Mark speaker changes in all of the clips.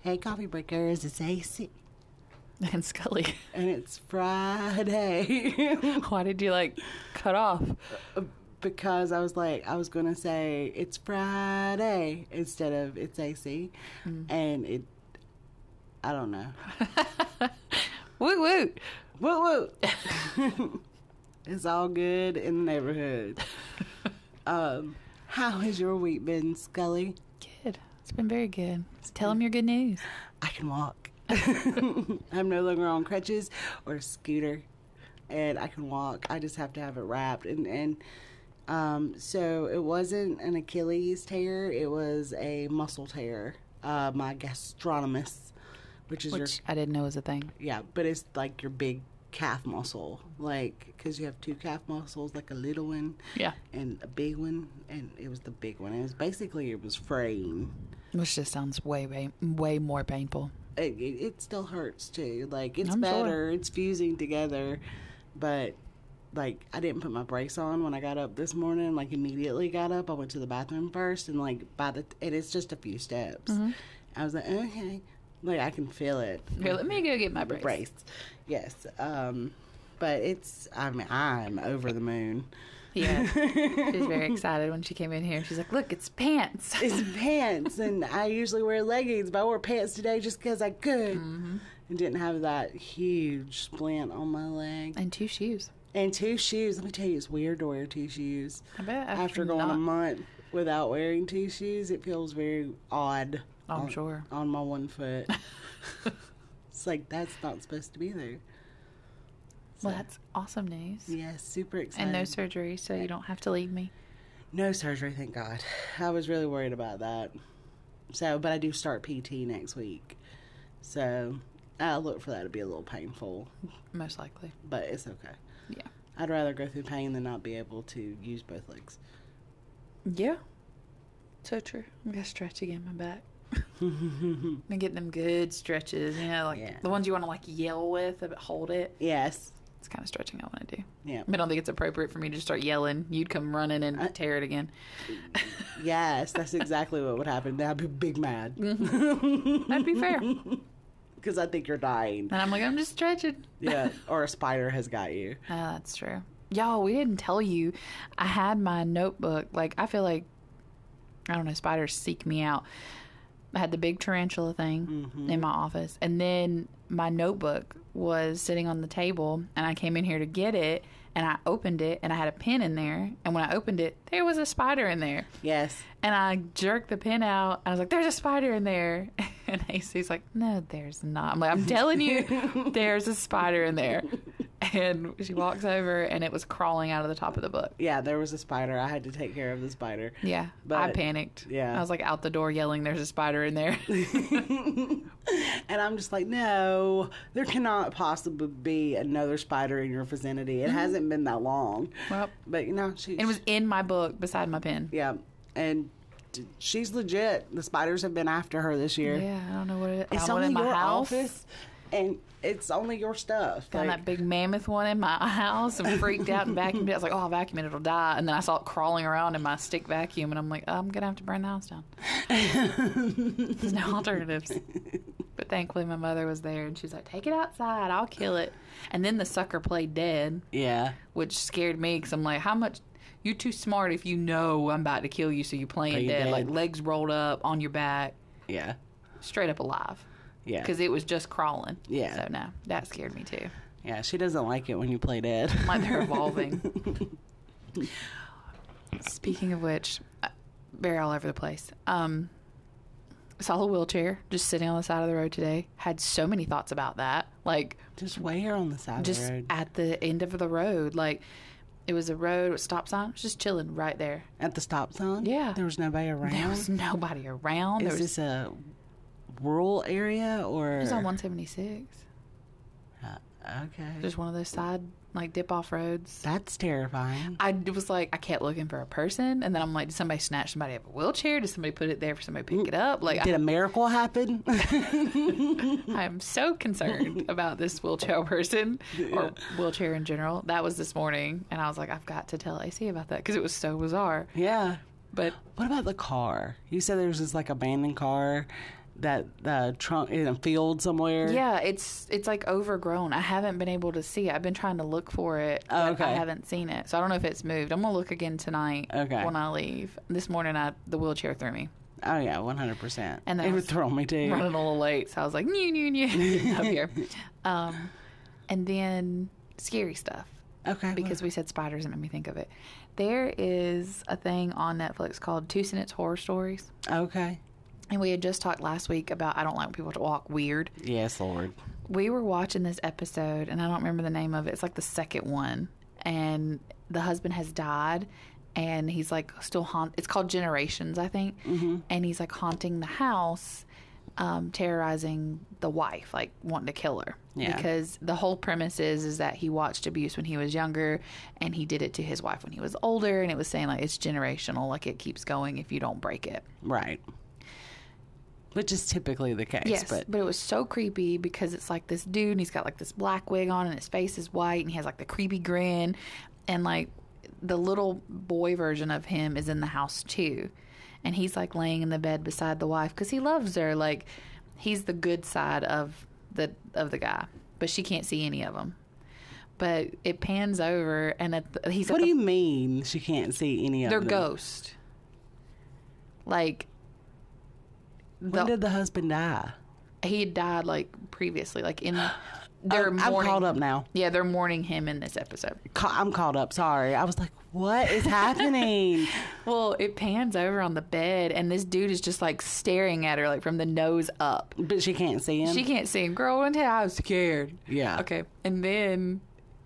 Speaker 1: Hey, coffee breakers, it's AC.
Speaker 2: And Scully,
Speaker 1: And it's Friday.
Speaker 2: why did you like cut off?
Speaker 1: because I was like, I was going to say it's Friday instead of it's AC. And it, I don't know.
Speaker 2: Woot woot.
Speaker 1: Woo woo! it's all good in the neighborhood. um, how has your week been, Scully?
Speaker 2: Good. It's been very good. Just tell them your good news.
Speaker 1: I can walk. I'm no longer on crutches or scooter, and I can walk. I just have to have it wrapped. And and um, so it wasn't an Achilles tear; it was a muscle tear. Uh, my gastronomus, which is your
Speaker 2: Which I didn't know was a thing.
Speaker 1: yeah, but it's like your big calf muscle, like because you have two calf muscles, like a little one
Speaker 2: Yeah.
Speaker 1: and a big one, and it was the big one. It was basically it was fraying.
Speaker 2: Which just sounds way, way, way more painful.
Speaker 1: it, it, it still hurts too. Like it's
Speaker 2: I'm sure.
Speaker 1: better, it's fusing together, but like I didn't put my brace on when I got up this morning. Like immediately got up, I went to the bathroom first, and like by the and it's just a few steps.
Speaker 2: Mm-hmm.
Speaker 1: I was like, okay, like I can feel it.
Speaker 2: Here, let me go get my brace.
Speaker 1: Brace, yes. Um, but it's I mean I'm over the moon.
Speaker 2: Yeah. she was very excited when she came in here. She's like, look, it's pants.
Speaker 1: It's pants, and I usually wear leggings, but I wore pants today just because I could.
Speaker 2: Mm-hmm.
Speaker 1: And didn't have that huge splint on my leg.
Speaker 2: And two shoes.
Speaker 1: And two shoes. Let me tell you, it's weird to wear two shoes.
Speaker 2: I bet.
Speaker 1: After, going a month without wearing two shoes, it feels very odd.
Speaker 2: I'm
Speaker 1: on,
Speaker 2: sure.
Speaker 1: On my one foot. it's like, that's not supposed to be there.
Speaker 2: Well, that's awesome news.
Speaker 1: Yeah, super excited.
Speaker 2: And no surgery, so you don't have to leave me.
Speaker 1: No surgery, thank God. I was really worried about that. So, but I do start PT next week. So, I look for that to be a little painful,
Speaker 2: Most likely.
Speaker 1: but it's okay.
Speaker 2: Yeah.
Speaker 1: I'd rather go through pain than not be able to use both legs.
Speaker 2: Yeah. So true. I'm gonna stretch again my back. I'm gonna get them good stretches, you know, like
Speaker 1: Yeah.
Speaker 2: the ones you wanna like yell with, but hold it.
Speaker 1: Yes.
Speaker 2: It's kind of stretching I wanna do.
Speaker 1: Yeah.
Speaker 2: But I don't think it's appropriate for me to just start yelling. You'd come running and tear it again.
Speaker 1: Yes, that's exactly what would happen. I'd be big mad
Speaker 2: That'd be fair. and
Speaker 1: because I think you're dying.
Speaker 2: I'm like, I'm just stretching.
Speaker 1: Yeah, or a spider has got you.
Speaker 2: Ah, that's true. Y'all, we didn't tell you. I had my notebook. Like, I feel like, I don't know, spiders seek me out. I had the big tarantula thing in my office. And then my notebook was sitting on the table. And I came in here to get it. And I opened it. And I had a pen in there. And when I opened it, there was a spider in there.
Speaker 1: Yes.
Speaker 2: And I jerked the pen out. I was like, there's a spider in there. And AC's like, no, there's not. I'm like, I'm telling you, there's a spider in there. And she walks over and it was crawling out of the top of the book.
Speaker 1: Yeah, there was a spider. I had to take care of the spider.
Speaker 2: Yeah. I
Speaker 1: But-
Speaker 2: panicked.
Speaker 1: yeah.
Speaker 2: I was like out the door yelling, there's a spider in there.
Speaker 1: And I'm just like, no, there cannot possibly be another spider in your vicinity. It hasn't been that long.
Speaker 2: well,
Speaker 1: But, you know, she.
Speaker 2: Mm-hmm. it was in my book beside my pen.
Speaker 1: Yeah. And d- she's legit. The spiders have been after her this year.
Speaker 2: Yeah. I don't know what it is.
Speaker 1: It's
Speaker 2: I
Speaker 1: only
Speaker 2: went in my
Speaker 1: your
Speaker 2: house.
Speaker 1: office, and it's only your stuff.
Speaker 2: Found
Speaker 1: Like,
Speaker 2: that big mammoth one in my house and freaked out and vacuumed it. I was like, oh, I'll vacuum it, it'll die. And then I saw it crawling around in my stick vacuum, and I'm like, I'm going to have to burn the house down. There's no alternatives. But thankfully, my mother was there, and she's like, take it outside, I'll kill it. And then the sucker played dead,
Speaker 1: yeah.
Speaker 2: which scared me because I'm like, how much. You're too smart if you know I'm about to kill you, so you're playing
Speaker 1: Playing
Speaker 2: dead,
Speaker 1: dead.
Speaker 2: like legs rolled up on your back,
Speaker 1: Yeah.
Speaker 2: straight up alive.
Speaker 1: Yeah.
Speaker 2: Because it was just crawling.
Speaker 1: Yeah.
Speaker 2: So, no, that scared me too.
Speaker 1: Yeah, she doesn't like it when you play dead.
Speaker 2: like they're evolving. Speaking of which, uh, they're all over the place. Um, saw a wheelchair just sitting on the side of the road today. Had so many thoughts about that. Like
Speaker 1: Just way her on the side of
Speaker 2: just
Speaker 1: the road.
Speaker 2: at the end of the road, like it was a road with stop sign. It was just chilling right there.
Speaker 1: At the stop sign?
Speaker 2: Yeah.
Speaker 1: There was nobody around.
Speaker 2: There was nobody around. There
Speaker 1: Is
Speaker 2: was,
Speaker 1: this a rural area or? Uh,
Speaker 2: it was on 176.
Speaker 1: Okay.
Speaker 2: There's one of those side like dip off roads.
Speaker 1: That's terrifying.
Speaker 2: I d- was like, I kept looking for a person, and then I'm like, did somebody snatch somebody up a wheelchair? Did somebody put it there for somebody to pick it up? Like,
Speaker 1: Did a miracle happen?
Speaker 2: I'm so concerned about this wheelchair person or wheelchair in general. That was this morning, and I was like, I've got to tell AC about that because it was so bizarre.
Speaker 1: yeah.
Speaker 2: But
Speaker 1: What about the car? You said there was this like abandoned car that uh, trunk in a field somewhere.
Speaker 2: Yeah, it's it's like overgrown. I haven't been able to see it. I've been trying to look for it.
Speaker 1: Oh,
Speaker 2: but
Speaker 1: okay.
Speaker 2: I haven't seen it. So I don't know if it's moved. I'm gonna look again tonight
Speaker 1: Okay.
Speaker 2: when I leave. This morning I the wheelchair threw me.
Speaker 1: Oh yeah, one hundred percent.
Speaker 2: And
Speaker 1: And
Speaker 2: that
Speaker 1: it
Speaker 2: was-
Speaker 1: would throw me too.
Speaker 2: Running a little late, so I was like, new, new, new up here. Um and then scary stuff.
Speaker 1: Okay.
Speaker 2: Because we said spiders, it made me think of it. There is a thing on Netflix called Two Sentence Horror Stories.
Speaker 1: okay.
Speaker 2: And we had just talked last week about I don't like people to walk weird.
Speaker 1: Yes, Lord.
Speaker 2: we were watching this episode and I don't remember the name of it. It's like the second one. And the husband has died and he's like still haunt it's called Generations, I think. And he's like haunting the house, um, terrorizing the wife, like wanting to kill her.
Speaker 1: Yeah.
Speaker 2: Because the whole premise is is that he watched abuse when he was younger and he did it to his wife when he was older and it was saying like it's generational, like it keeps going if you don't break it.
Speaker 1: Right. Which is typically the case,
Speaker 2: Yes,
Speaker 1: but
Speaker 2: but, it was so creepy because it's like this dude and he's got like this black wig on and his face is white and he has like the creepy grin and like the little boy version of him is in the house too. And he's like laying in the bed beside the wife cuz he loves her like he's the good side of the of the guy, but she can't see any of them. But it pans over and at the, he's at
Speaker 1: what
Speaker 2: the
Speaker 1: do you mean she can't see any of
Speaker 2: they're
Speaker 1: them?
Speaker 2: ghost. Like
Speaker 1: When did the husband die?
Speaker 2: he had died like previously, like in
Speaker 1: Oh,
Speaker 2: their
Speaker 1: I'm
Speaker 2: mourning.
Speaker 1: called up now.
Speaker 2: Yeah, they're mourning him in this episode.
Speaker 1: Ca- I'm called up. Sorry, I was like, what is happening?
Speaker 2: Well, it pans over on the bed, and this dude is just like staring at her, like from the nose up.
Speaker 1: but she can't see him.
Speaker 2: She can't see him. Girl, one day I was scared.
Speaker 1: yeah.
Speaker 2: Okay, and then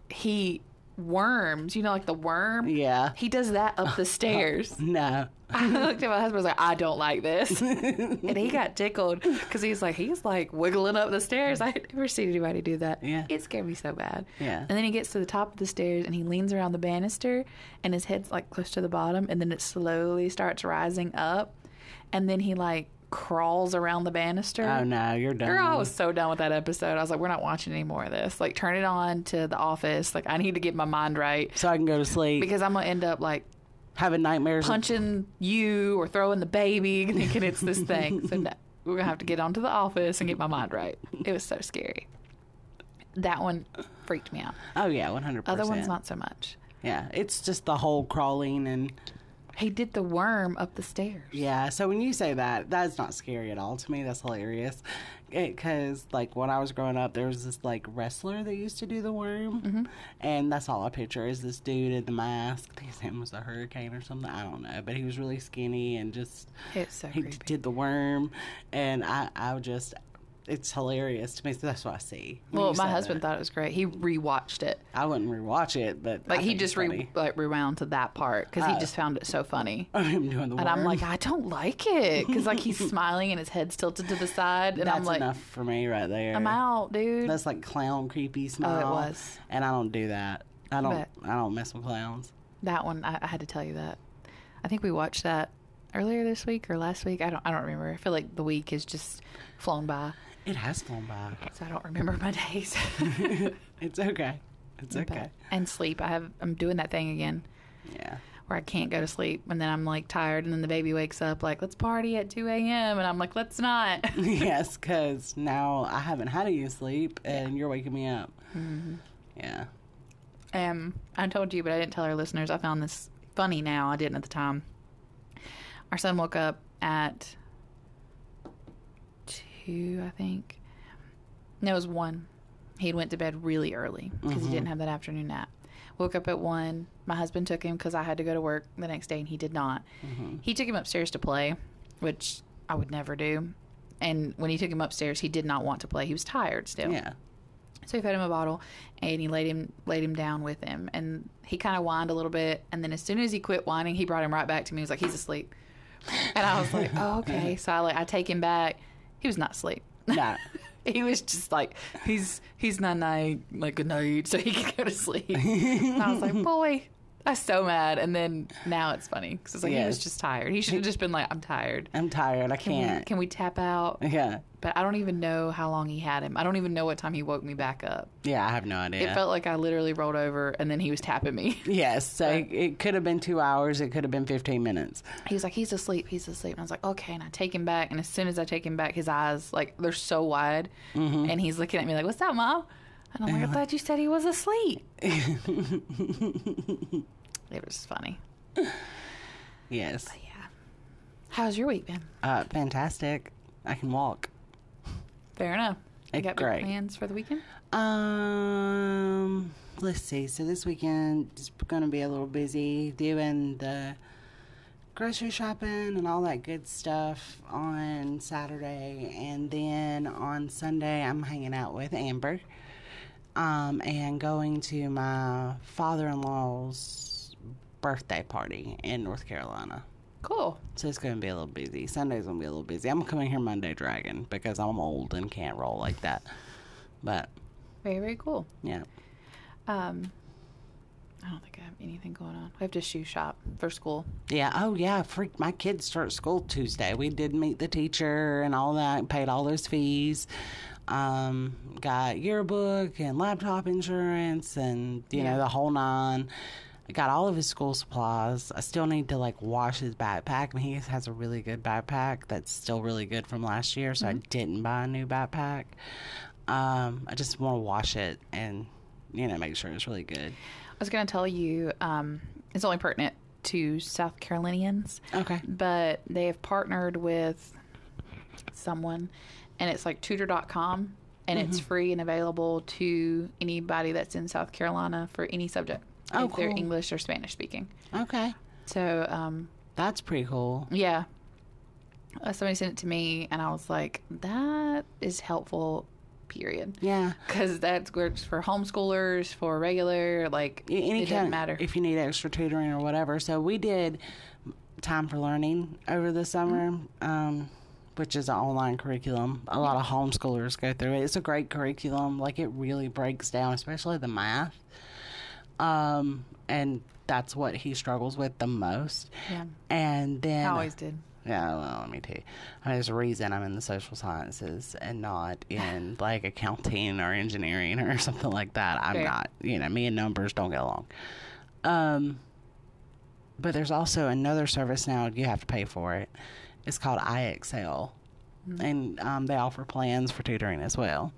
Speaker 2: he worms. You know, like the worm.
Speaker 1: Yeah.
Speaker 2: He does that up the stairs.
Speaker 1: No.
Speaker 2: I looked at my husband. I was like, I don't like this,
Speaker 1: Oh,
Speaker 2: and he got tickled because he's like, he's like wiggling up the stairs. I had never seen anybody do that.
Speaker 1: Yeah.
Speaker 2: it scared me so bad.
Speaker 1: Yeah.
Speaker 2: and then he gets to the top of the stairs and he leans around the banister, and his head's like close to the bottom, and then it slowly starts rising up, and then he like crawls around the banister.
Speaker 1: Oh no, you're done.
Speaker 2: Girl, I was so done with that episode. I was like, we're not watching any more of this. Like, turn it on to The Office. Like, I need to get my mind right
Speaker 1: So I can go to sleep,
Speaker 2: because I'm gonna end up like
Speaker 1: having nightmares.
Speaker 2: punching you or throwing the baby, thinking it's this thing. So no, we're gonna have to get onto the office and get my mind right. It was so scary. That one freaked me out.
Speaker 1: oh yeah, 100.
Speaker 2: Other ones not so much.
Speaker 1: Yeah, it's just the whole crawling and
Speaker 2: He did the worm up the stairs.
Speaker 1: yeah. So when you say that, that's not scary at all to me. That's hilarious. Because like when I was growing up, there was this like wrestler that used to do the worm,
Speaker 2: Mm-hmm.
Speaker 1: and that's all I picture is this dude in the mask. I think his name was a hurricane or something. I don't know, but he was really skinny and just
Speaker 2: It's so
Speaker 1: he
Speaker 2: creepy.
Speaker 1: did the worm, and I I would just it's hilarious to me. So that's what I see. when
Speaker 2: Well,
Speaker 1: you
Speaker 2: my
Speaker 1: say
Speaker 2: husband
Speaker 1: that.
Speaker 2: thought it was great. He rewatched it.
Speaker 1: I wouldn't rewatch it, but
Speaker 2: Like
Speaker 1: I
Speaker 2: he
Speaker 1: think it's
Speaker 2: just re-
Speaker 1: funny.
Speaker 2: like rewound to that part because he just found it so funny.
Speaker 1: him doing the
Speaker 2: And I'm
Speaker 1: worm.
Speaker 2: like, I don't like it because like he's smiling and his head's tilted to the side, and
Speaker 1: that's
Speaker 2: I'm like,
Speaker 1: enough for me right there.
Speaker 2: I'm out, dude.
Speaker 1: That's like clown creepy smile.
Speaker 2: Oh, was.
Speaker 1: And I don't do that. I don't.
Speaker 2: Bet.
Speaker 1: I don't mess with clowns.
Speaker 2: That one, I, I had to tell you that. I think we watched that earlier this week or last week. I don't, I don't remember. I feel like the week has just flown by,
Speaker 1: It has flown by.
Speaker 2: so I don't remember my days.
Speaker 1: It's okay. It's okay.
Speaker 2: and sleep. I have, I'm doing that thing again
Speaker 1: Yeah.
Speaker 2: where I can't go to sleep, and then I'm like tired, and then the baby wakes up like, let's party at 2 a.m., and I'm like, let's not.
Speaker 1: yes, because now I haven't had any sleep, and you're waking me up.
Speaker 2: Mm-hmm.
Speaker 1: Yeah.
Speaker 2: Um, I told you, but I didn't tell our listeners. I found this funny now. I didn't at the time. Our son woke up at two, I think. No, it was one. He went to bed really early because he didn't have that afternoon nap. Woke up at one. My husband took him because I had to go to work the next day, and he did not. He took him upstairs to play, which I would never do. And when he took him upstairs, he did not want to play. He was tired still.
Speaker 1: Yeah.
Speaker 2: So he fed him a bottle, and he laid him laid him down with him, and he kind of whined a little bit, and then as soon as he quit whining, he brought him right back to me. He was like, "He's asleep," and I was like, "Oh, okay." So I like I take him back. He was not asleep.
Speaker 1: No.
Speaker 2: He was just like he's he's not night like good night, so he could go to sleep. and I was like, "Boy, I was so mad, and then now it's funny because it's like he was
Speaker 1: Yes.
Speaker 2: just tired. He should have just been like, "I'm tired.
Speaker 1: I'm tired. I
Speaker 2: Can we,
Speaker 1: can't.
Speaker 2: can we tap out?"
Speaker 1: Yeah.
Speaker 2: But I don't even know how long he had him. I don't even know what time he woke me back up.
Speaker 1: Yeah, I have no idea.
Speaker 2: It felt like I literally rolled over, and then he was tapping me.
Speaker 1: yes. So it, it could have been two hours. It could have been 15 minutes.
Speaker 2: he was like, he's asleep, he's asleep. And I was like, okay. And I take him back. And as soon as I take him back, his eyes, like, they're so wide. And he's looking at me like, what's up, mom? Mm-hmm. And I'm like, I thought you said he was asleep. it was funny.
Speaker 1: Yes.
Speaker 2: How's your week been?
Speaker 1: Uh, fantastic. I can walk.
Speaker 2: Fair enough.
Speaker 1: Eh,
Speaker 2: You got
Speaker 1: great.
Speaker 2: big plans for the weekend?
Speaker 1: Um, let's see. So this weekend is going to be a little busy doing the grocery shopping and all that good stuff on Saturday, and then on Sunday I'm hanging out with Amber, um, and going to my father-in-law's birthday party in North Carolina.
Speaker 2: Cool.
Speaker 1: So it's gonna be a little busy. Sunday's gonna be a little busy. I'm coming here Monday, Dragon, because I'm old and can't roll like that. But
Speaker 2: Very, very cool.
Speaker 1: yeah.
Speaker 2: Um, I don't think I have anything going on. We have to shoe shop for school.
Speaker 1: Yeah. Oh, yeah. Freak. My kids start school Tuesday. We did meet the teacher and all that. Paid all those fees. Um, got yearbook and laptop insurance and you know the whole nine. I Got all of his school supplies. I still need to like wash his backpack. I mean, he has a really good backpack that's still really good from last year. So I didn't buy a new backpack. Um, I just want to wash it and you know make sure it's really good.
Speaker 2: I was going to tell you, um, it's only pertinent to South Carolinians.
Speaker 1: Okay.
Speaker 2: but they have partnered with someone and it's like tutor.com and it's
Speaker 1: Mm-hmm.
Speaker 2: free and available to anybody that's in South Carolina for any subject
Speaker 1: Oh,
Speaker 2: if they're
Speaker 1: cool.
Speaker 2: English or Spanish speaking.
Speaker 1: Okay.
Speaker 2: So, um,
Speaker 1: That's pretty cool.
Speaker 2: yeah. Uh, Somebody sent it to me and I was like, that is helpful, period.
Speaker 1: Yeah.
Speaker 2: Because that works for homeschoolers, for regular, like,
Speaker 1: Y- any
Speaker 2: it
Speaker 1: kind
Speaker 2: doesn't
Speaker 1: of-
Speaker 2: matter.
Speaker 1: if you need extra tutoring or whatever. So we did time for learning over the summer,
Speaker 2: Mm-hmm.
Speaker 1: um, which is an online curriculum. A lot of homeschoolers go through it. It's a great curriculum. Like it really breaks down, especially the math. Um, and that's what he struggles with the most.
Speaker 2: Yeah.
Speaker 1: And uh, then
Speaker 2: I always did.
Speaker 1: yeah, well, let me tell you. I mean, there's a reason I'm in the social sciences and not in like accounting or engineering or something like that. I'm
Speaker 2: Fair.
Speaker 1: not, you know, me and numbers don't get along. Um, but there's also another service now, you have to pay for it. It's called iXL. And um, they offer plans for tutoring as well.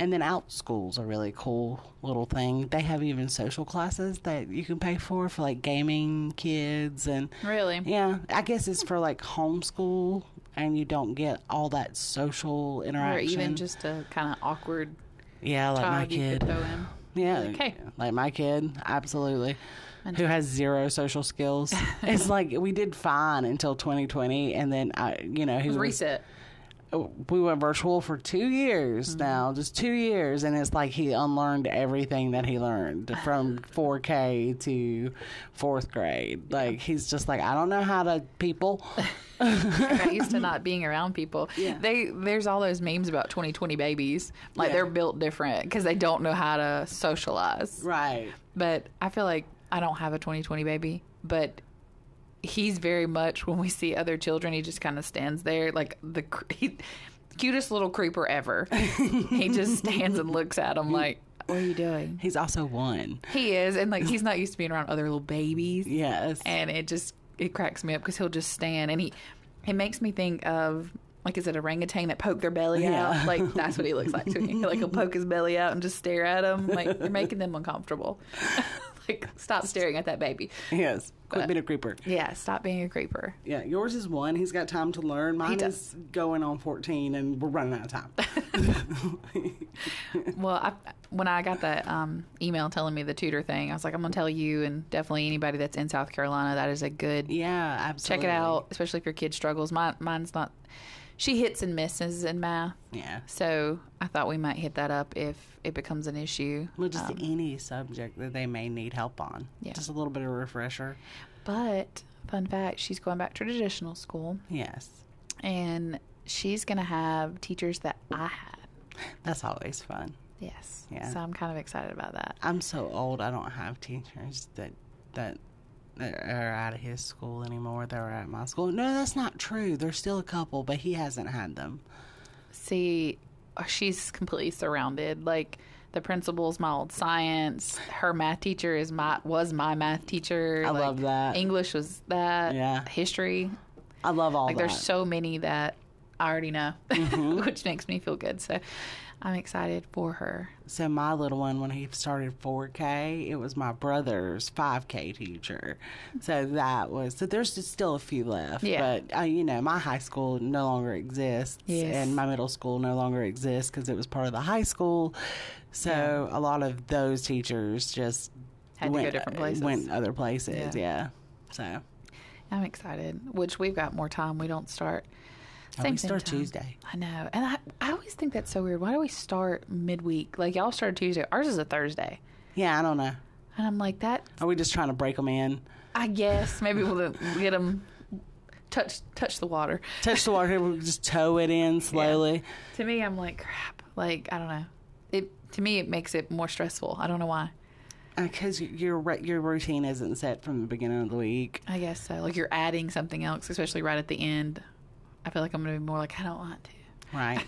Speaker 1: And then out school's a really cool little thing. They have even social classes that you can pay for, for like gaming kids and
Speaker 2: Really?
Speaker 1: yeah, I guess it's for like homeschool, and you don't get all that social
Speaker 2: Or
Speaker 1: interaction.
Speaker 2: even just a kind of awkward
Speaker 1: yeah, like my
Speaker 2: child you
Speaker 1: kid.
Speaker 2: could throw in.
Speaker 1: Yeah,
Speaker 2: Okay.
Speaker 1: like my kid, absolutely. Who has zero social skills? it's like we did fine until 2020, and then I, you know, he was-
Speaker 2: Reset.
Speaker 1: we went virtual for two years
Speaker 2: Mm-hmm.
Speaker 1: now, just two years, and it's like he unlearned everything that he learned from 4K to fourth grade. Like he's just like, I don't know how to people.
Speaker 2: got used to not being around people.
Speaker 1: Yeah.
Speaker 2: They there's all those memes about 2020 babies. Like
Speaker 1: Yeah.
Speaker 2: they're built different because they don't know how to socialize.
Speaker 1: right.
Speaker 2: But I feel like I don't have a 2020 baby, but he's very much when we see other children, he just kind of stands there like the cr- he, cutest little creeper ever. he just stands and looks at him like, "What are you doing?"
Speaker 1: He's also one.
Speaker 2: He is, and like he's not used to being around other little babies.
Speaker 1: Yes.
Speaker 2: and it just it cracks me up because he'll just stand and he it makes me think of like is it orangutan that poke their belly
Speaker 1: Yeah.
Speaker 2: out like that's what he looks like to me like he'll poke his belly out and just stare at him like you're making them uncomfortable like stop staring at that baby
Speaker 1: yes. Quit
Speaker 2: But-
Speaker 1: being a creeper.
Speaker 2: yeah stop being a creeper
Speaker 1: Yeah, yours is one. He's got time to learn. Mine
Speaker 2: does.
Speaker 1: is going on 14, and we're running out of time.
Speaker 2: well I, when i got that um, email telling me the tutor thing i was like i'm gonna tell you and definitely anybody that's in south carolina that is a good
Speaker 1: yeah,
Speaker 2: check
Speaker 1: absolutely.
Speaker 2: it out especially if your kid struggles Mine, mine's not she hits and misses in math
Speaker 1: Yeah.
Speaker 2: So I thought we might hit that up if it becomes an issue. Um,
Speaker 1: Well, just any subject that they may need help on.
Speaker 2: Yeah.
Speaker 1: Just a little bit of refresher.
Speaker 2: But fun fact, she's going back to traditional school
Speaker 1: Yes.
Speaker 2: and she's going to have teachers that I had.
Speaker 1: That's always fun.
Speaker 2: Yes.
Speaker 1: Yeah.
Speaker 2: So I'm kind of excited about that.
Speaker 1: I'm so old, I don't have teachers that that that are out of his school anymore. They were at my school. No, that's not true. There's still a couple, but he hasn't had them.
Speaker 2: See, uh, she's completely surrounded. Like the principal's my old science. Her math teacher is my was my math teacher.
Speaker 1: I
Speaker 2: like,
Speaker 1: love that.
Speaker 2: English was that.
Speaker 1: Yeah.
Speaker 2: History.
Speaker 1: I love all
Speaker 2: Like
Speaker 1: that. Mm-hmm.
Speaker 2: there's so many that I already know, which makes me feel good. So I'm excited for her.
Speaker 1: So my little one, when he started 4K, it was my brother's 5K teacher. So that was so. There's just still a few left,
Speaker 2: Yeah.
Speaker 1: but uh, you know, my high school no longer exists,
Speaker 2: Yes.
Speaker 1: and my middle school no longer exists because it was part of the high school. So a lot of those teachers just
Speaker 2: Had to go
Speaker 1: went, uh,
Speaker 2: different places.
Speaker 1: Went other places, yeah. So
Speaker 2: I'm excited. Which we've got more time. We don't start.
Speaker 1: Oh, we
Speaker 2: thing
Speaker 1: start
Speaker 2: time.
Speaker 1: Tuesday.
Speaker 2: I know, and I, I always think that's so weird. Why do we start midweek? Like y'all start Tuesday. Ours is a Thursday,
Speaker 1: yeah, I don't know.
Speaker 2: and I'm like that.
Speaker 1: Are we just trying to break them in?
Speaker 2: I guess maybe we'll get them touch touch the water.
Speaker 1: Touch the water, we just tow it in slowly.
Speaker 2: To me, I'm like crap. Like I don't know. It to me it makes it more stressful. I don't know why.
Speaker 1: Because Uh, your ru- your routine isn't set from the beginning of the week.
Speaker 2: I guess so. Like you're adding something else, especially right at the end. I feel like I'm gonna be more like I don't want to,
Speaker 1: Right.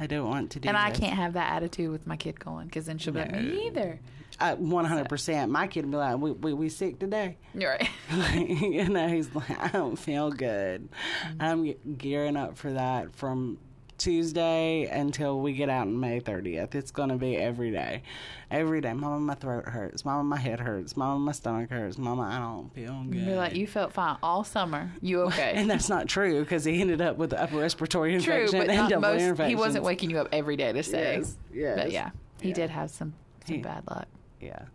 Speaker 1: I don't want to do
Speaker 2: and I
Speaker 1: this.
Speaker 2: can't have that attitude with my kid going because then she'll be like me either.
Speaker 1: Uh, 100%. My kid would be like, we, we, we sick today.
Speaker 2: You're right.
Speaker 1: you know, he's like, I don't feel good.
Speaker 2: Mm-hmm.
Speaker 1: I'm ge- gearing up for that from Tuesday until we get out on May 30th. It's going to be every day. Every day. Mama, my throat hurts. Mama, my head hurts. Mama, my stomach hurts. Mama, I don't feel good.
Speaker 2: You're like you felt fine all summer. You okay?
Speaker 1: and that's not true because he ended up with upper respiratory
Speaker 2: True,
Speaker 1: infection
Speaker 2: but
Speaker 1: and
Speaker 2: not
Speaker 1: double ear
Speaker 2: most. He
Speaker 1: infections.
Speaker 2: wasn't waking you up every day to say.
Speaker 1: Yes, yes.
Speaker 2: But yeah, he
Speaker 1: Yeah.
Speaker 2: did have some some
Speaker 1: He-
Speaker 2: bad luck.
Speaker 1: Yeah.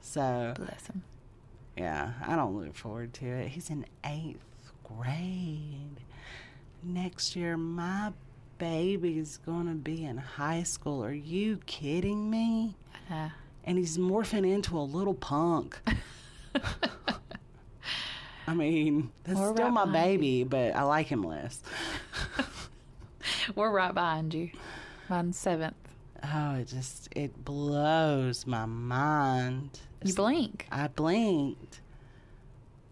Speaker 1: So
Speaker 2: Bless him.
Speaker 1: yeah, I don't look forward to it. He's in eighth grade. Next year my baby's gonna be in high school. Are you kidding me?
Speaker 2: Uh,
Speaker 1: And he's morphing into a little punk. I mean, that's
Speaker 2: We're
Speaker 1: still
Speaker 2: right
Speaker 1: my
Speaker 2: behind you.
Speaker 1: baby, but I like him less.
Speaker 2: We're right behind you. Mine's seventh.
Speaker 1: Oh, it just it blows my mind.
Speaker 2: You blink.
Speaker 1: I blinked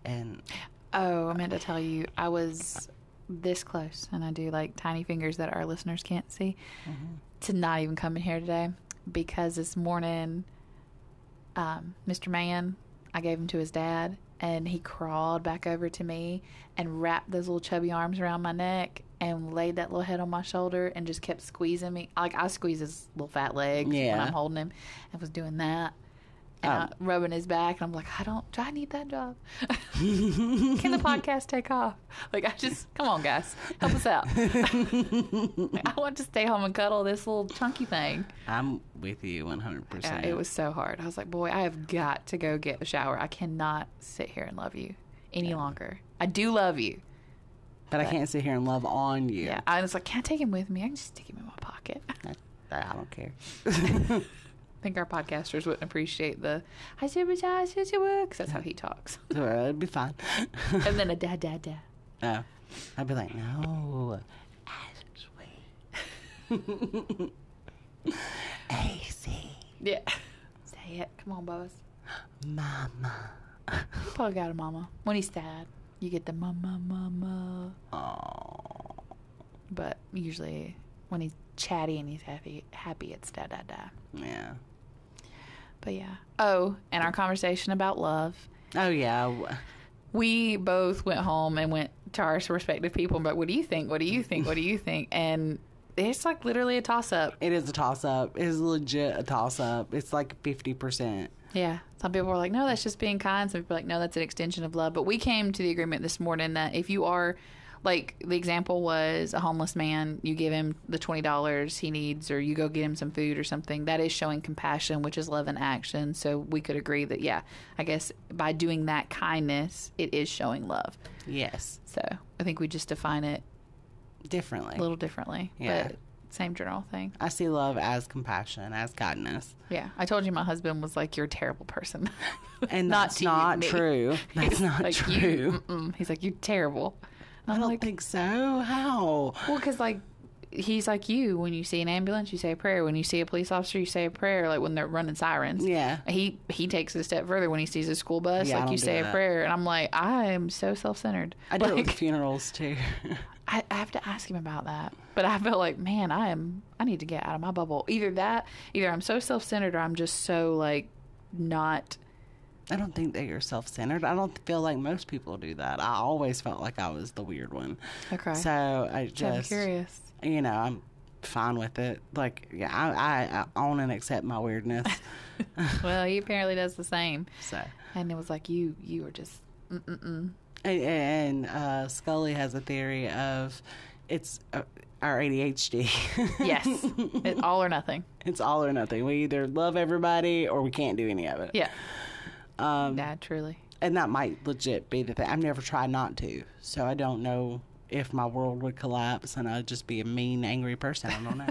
Speaker 1: and
Speaker 2: Oh, I meant to tell you, I was this close, and I do like tiny fingers that our listeners can't see, to not even come in here today because this morning, um, Mr. Mann, I gave him to his dad, and he crawled back over to me and wrapped those little chubby arms around my neck and laid that little head on my shoulder and just kept squeezing me. Like I squeeze his little fat legs when
Speaker 1: Yeah.
Speaker 2: I'm holding him, and was doing that. And
Speaker 1: Um,
Speaker 2: I, rubbing his back, and I'm like, I don't, do I need that job? can the podcast take off? Like, I just, come on, guys, help us out. Like, I want to stay home and cuddle this little chunky thing.
Speaker 1: I'm with you 100%.
Speaker 2: Yeah, it was so hard. I was like, boy, I have got to go get a shower. I cannot sit here and love you any longer. I do love you.
Speaker 1: but I can't sit here and love on you.
Speaker 2: Yeah. I was like, can't take him with me. I can just stick him in my pocket. I
Speaker 1: I, I don't care.
Speaker 2: think our podcasters wouldn't appreciate the I supercharge you because that's how he talks.
Speaker 1: Uh, It'd be fine.
Speaker 2: and then a dad, dad, dad.
Speaker 1: no. I'd be like, no. Ash Wade. AC.
Speaker 2: Yeah. Say it. Come on, Bubba's.
Speaker 1: Mama.
Speaker 2: You probably got a mama. When he's sad, you get the mama, mama.
Speaker 1: Oh.
Speaker 2: But usually when he's chatty and he's happy, happy it's da, da, da.
Speaker 1: Yeah.
Speaker 2: But yeah. Oh, and our conversation about love.
Speaker 1: Oh, yeah. W-
Speaker 2: We both went home and went to our respective people and be like, what do you think? What do you think? What do you think? And it's like literally a toss up.
Speaker 1: It is a toss up. It is legit a toss up. It's like 50%.
Speaker 2: Yeah. Some people were like, no, that's just being kind. Some people were like, no, that's an extension of love. But we came to the agreement this morning that if you are, like, the example was a homeless man, you give him the $20 he needs, or you go get him some food or something. That is showing compassion, which is love in action. So we could agree that, yeah, I guess by doing that kindness, it is showing love.
Speaker 1: Yes.
Speaker 2: So I think we just define it
Speaker 1: Differently.
Speaker 2: a little differently.
Speaker 1: Yeah.
Speaker 2: But same general thing.
Speaker 1: I see love as compassion, as kindness.
Speaker 2: Yeah. I told you my husband was like, You're a terrible person.
Speaker 1: And
Speaker 2: Not
Speaker 1: that's
Speaker 2: to you,
Speaker 1: not
Speaker 2: me.
Speaker 1: true. That's not
Speaker 2: like,
Speaker 1: true.
Speaker 2: You, mm-mm. He's like, You're terrible.
Speaker 1: I don't think so. How?
Speaker 2: Well, because like he's like you. When you see an ambulance, you say a prayer. When you see a police officer, you say a prayer. Like when they're running sirens.
Speaker 1: Yeah.
Speaker 2: He he takes it a step further when he sees a school bus.
Speaker 1: Yeah, I
Speaker 2: like
Speaker 1: don't
Speaker 2: you
Speaker 1: do
Speaker 2: say a
Speaker 1: that.
Speaker 2: prayer, and I'm like, I am so self centered.
Speaker 1: I do it with funerals too.
Speaker 2: I, I have to ask him about that. But I felt like, man, I am I need to get out of my bubble. Either that, either I'm so self centered or I'm just so like not
Speaker 1: I don't think that you're self centered. I don't feel like most people do that. I always felt like I was the weird one.
Speaker 2: Okay.
Speaker 1: So I
Speaker 2: I'm
Speaker 1: just,
Speaker 2: curious.
Speaker 1: you know, I'm fine with it. Like, yeah, I, I, I own and accept my weirdness.
Speaker 2: Well, he apparently does the same.
Speaker 1: so.
Speaker 2: And it was like you you were just mm mm mm.
Speaker 1: And, and uh, Scully has a theory of it's uh, our ADHD.
Speaker 2: Yes. it, all or nothing.
Speaker 1: it's all or nothing. We either love everybody or we can't do any of it.
Speaker 2: Yeah.
Speaker 1: Um,
Speaker 2: Yeah, truly.
Speaker 1: and that might legit be the thing. I've never tried not to, so I don't know if my world would collapse and I'd just be a mean, angry person. I don't know.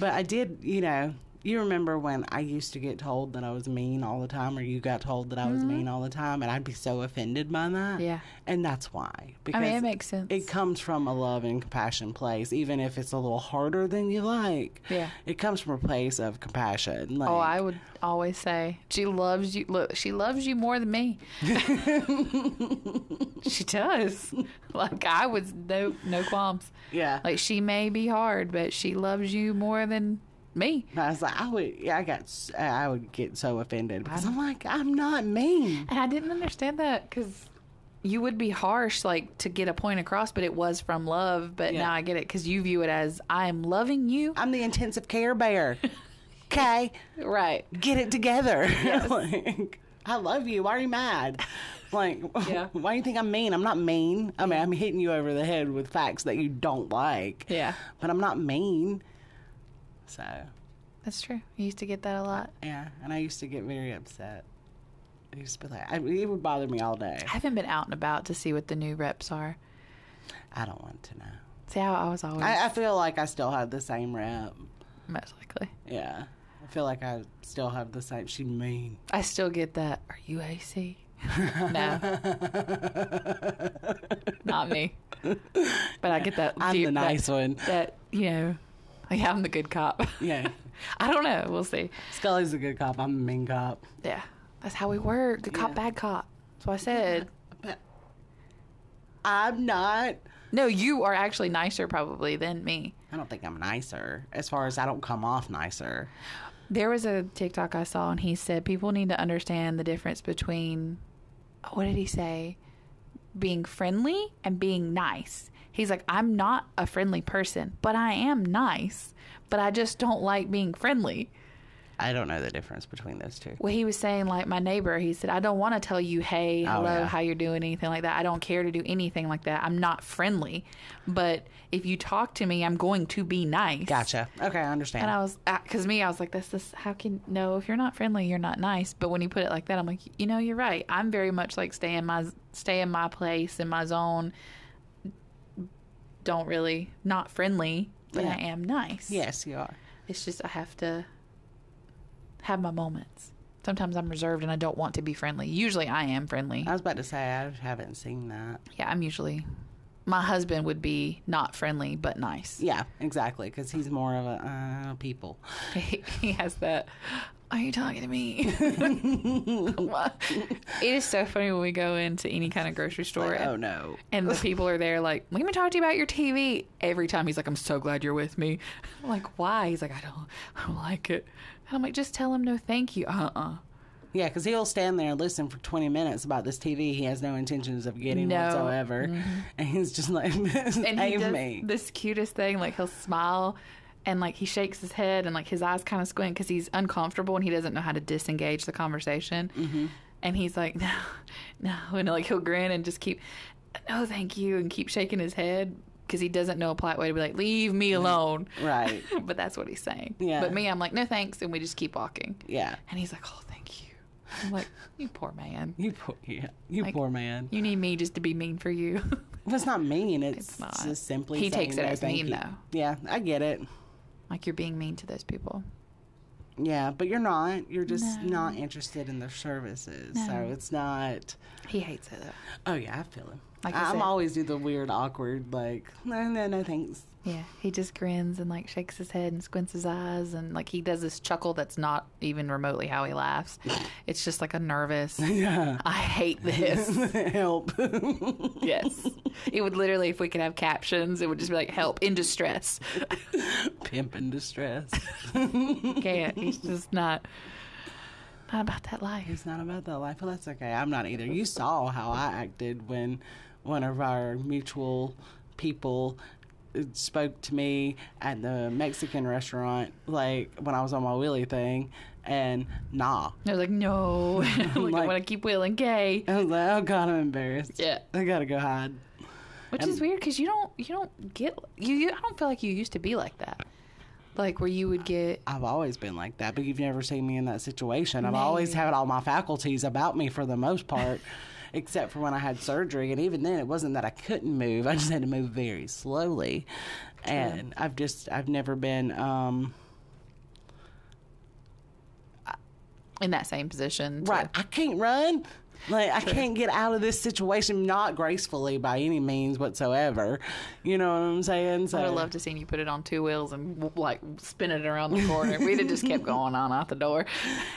Speaker 1: but I did, you know. You remember when I used to get told that I was mean all the time, or you got told that I was mean all the time, and I'd be so offended by that.
Speaker 2: Mm-hmm. Yeah.
Speaker 1: and that's why.
Speaker 2: I
Speaker 1: uh, Because
Speaker 2: mean it makes sense.
Speaker 1: it comes from a love and compassion place, even if it's a little harder than you like.
Speaker 2: Yeah.
Speaker 1: It comes from a place of compassion. Like,
Speaker 2: Oh, I would always say she loves you. Look, she loves you more than me. she does. Like I was no no qualms.
Speaker 1: yeah.
Speaker 2: Like she may be hard, but she loves you more than me.
Speaker 1: I was like, I would, yeah, I got, s- I would get so offended because I'm like, I'm not mean.
Speaker 2: And I didn't understand that because you would be harsh, like to get a point across, but it was from love. But
Speaker 1: Yeah.
Speaker 2: now I get it because you view it as I am loving you.
Speaker 1: I'm the intensive care bear. Okay,
Speaker 2: Right.
Speaker 1: get it together. like, I love you. Why are you mad? Like,
Speaker 2: Yeah.
Speaker 1: why do you think I'm mean? I'm not mean. I mean, I'm hitting you over the head with facts that you don't like.
Speaker 2: Yeah.
Speaker 1: but I'm not mean. So,
Speaker 2: That's true. You used to get that a lot.
Speaker 1: yeah. And I used to get very upset. I used to be like, I, it would bother me all day.
Speaker 2: I haven't been out and about to see what the new reps are.
Speaker 1: I don't want to know.
Speaker 2: See how I was always
Speaker 1: I, I feel like I still have the same rep.
Speaker 2: most likely.
Speaker 1: Yeah. I feel like I still have the same. She mean.
Speaker 2: I still get that. Are you AC? no, not me. But I get that.
Speaker 1: I'm
Speaker 2: deep-
Speaker 1: the nice one.
Speaker 2: That, that you know, like I'm the good cop.
Speaker 1: Yeah.
Speaker 2: I don't know. We'll see.
Speaker 1: Scully's a good cop. I'm a mean cop.
Speaker 2: Yeah, that's how we work. Good cop,
Speaker 1: Yeah.
Speaker 2: bad cop. That's what I said.
Speaker 1: But I'm not.
Speaker 2: No, you are actually nicer probably than me.
Speaker 1: I don't think I'm nicer. As far as I don't come off nicer.
Speaker 2: There was a TikTok I saw, and he said people need to understand the difference between what did he say? Being friendly and being nice. He's like, I'm not a friendly person, but I am nice, but I just don't like being friendly.
Speaker 1: I don't know the difference between those two.
Speaker 2: Well, he was saying, like, my neighbor, he said, I don't want to tell you, hey,
Speaker 1: Oh,
Speaker 2: hello,
Speaker 1: yeah.
Speaker 2: how you're doing, anything like that. I don't care to do anything like that. I'm not friendly, but if you talk to me, I'm going to be nice.
Speaker 1: Gotcha. Okay, I understand.
Speaker 2: And I was, because me, I was like, this, this, how can, no, if you're not friendly, you're not nice. But when you put it like that, I'm like, you know, you're right. I'm very much like stay in my, stay in my place, in my zone. Don't really, not friendly, but
Speaker 1: Yeah.
Speaker 2: I am nice.
Speaker 1: yes, you are.
Speaker 2: It's just, I have to have my moments. Sometimes I'm reserved and I don't want to be friendly. Usually I am friendly.
Speaker 1: I was about to say I haven't seen that.
Speaker 2: yeah, I'm usually, my husband would be not friendly, but nice.
Speaker 1: Yeah, exactly, because he's more of a uh, people.
Speaker 2: He, he has that. Are you talking to me? What? it is so funny when we go into any kind of grocery store
Speaker 1: Like,
Speaker 2: and,
Speaker 1: oh no,
Speaker 2: and the people are there like, "Let me talk to you about your TV." Every time he's like, "I'm so glad you're with me." I'm like, "Why?" He's like, "I don't, I don't like it." And I'm like, "Just tell him no, thank you." Uh uh
Speaker 1: yeah, because he'll stand there and listen for twenty minutes about this TV. He has no intentions of getting
Speaker 2: No. Mm-hmm.
Speaker 1: whatsoever, and he's just like,
Speaker 2: And he
Speaker 1: "Save
Speaker 2: does
Speaker 1: me."
Speaker 2: this cutest thing. Like he'll smile. And like he shakes his head and like his eyes kind of squint because he's uncomfortable and he doesn't know how to disengage the conversation.
Speaker 1: Mm-hmm.
Speaker 2: And he's like, no, no, and like he'll grin and just keep, no, thank you, and keep shaking his head because he doesn't know a polite way to be like, leave me alone.
Speaker 1: Right?
Speaker 2: but that's what he's saying.
Speaker 1: Yeah.
Speaker 2: But me, I'm like, no thanks, and we just keep walking.
Speaker 1: Yeah,
Speaker 2: And he's like, oh, thank you. I'm like, you poor man.
Speaker 1: you poor, yeah, you
Speaker 2: Like-
Speaker 1: poor man.
Speaker 2: You need me just to be mean for you.
Speaker 1: Well, it's not mean. It's,
Speaker 2: It's not.
Speaker 1: just simply
Speaker 2: He
Speaker 1: saying
Speaker 2: takes it
Speaker 1: no,
Speaker 2: as
Speaker 1: thank
Speaker 2: mean,
Speaker 1: you.
Speaker 2: though.
Speaker 1: Yeah, I get it.
Speaker 2: like you're being mean to those people.
Speaker 1: Yeah, but you're not. You're just
Speaker 2: No.
Speaker 1: not interested in their services. So
Speaker 2: No.
Speaker 1: it's not.
Speaker 2: He hates it though.
Speaker 1: Oh yeah, I feel him.
Speaker 2: Like I
Speaker 1: I,
Speaker 2: said.
Speaker 1: am always do the weird, awkward, like no, no, no, thanks.
Speaker 2: Yeah, he just grins and like shakes his head and squints his eyes and like he does this chuckle that's not even remotely how he laughs. It's just like a nervous.
Speaker 1: Yeah,
Speaker 2: I hate this.
Speaker 1: help.
Speaker 2: yes, it would literally, if we could have captions, it would just be like help in distress.
Speaker 1: Pimp in distress.
Speaker 2: Can't. He's just not not about that life.
Speaker 1: It's not about that life, but that's okay. I'm not either. You saw how I acted when one of our mutual people uh, spoke to me at the Mexican restaurant, like when I was on my wheelie thing, and nah.
Speaker 2: I was like, no, like, I
Speaker 1: Like-
Speaker 2: want to keep wheeling gay.
Speaker 1: I was like, oh God, I'm embarrassed.
Speaker 2: Yeah,
Speaker 1: I gotta go hide.
Speaker 2: which is weird because you don't you don't get you, you. I don't feel like you used to be like that. Like where you would get
Speaker 1: I've always been like that, but you've never seen me in that situation. I've always had all my faculties about me for the most part, except for when I had surgery. And even then, it wasn't that I couldn't move; I just had to move very slowly. And I've just I've never been. Um,
Speaker 2: in that same position. to-
Speaker 1: Right. I can't run. Like I can't get out of this situation not gracefully by any means whatsoever. You know what I'm saying? So
Speaker 2: I would have loved to seen you put it on two wheels and w- like spin it around the corner. We'd have just kept going on out the door.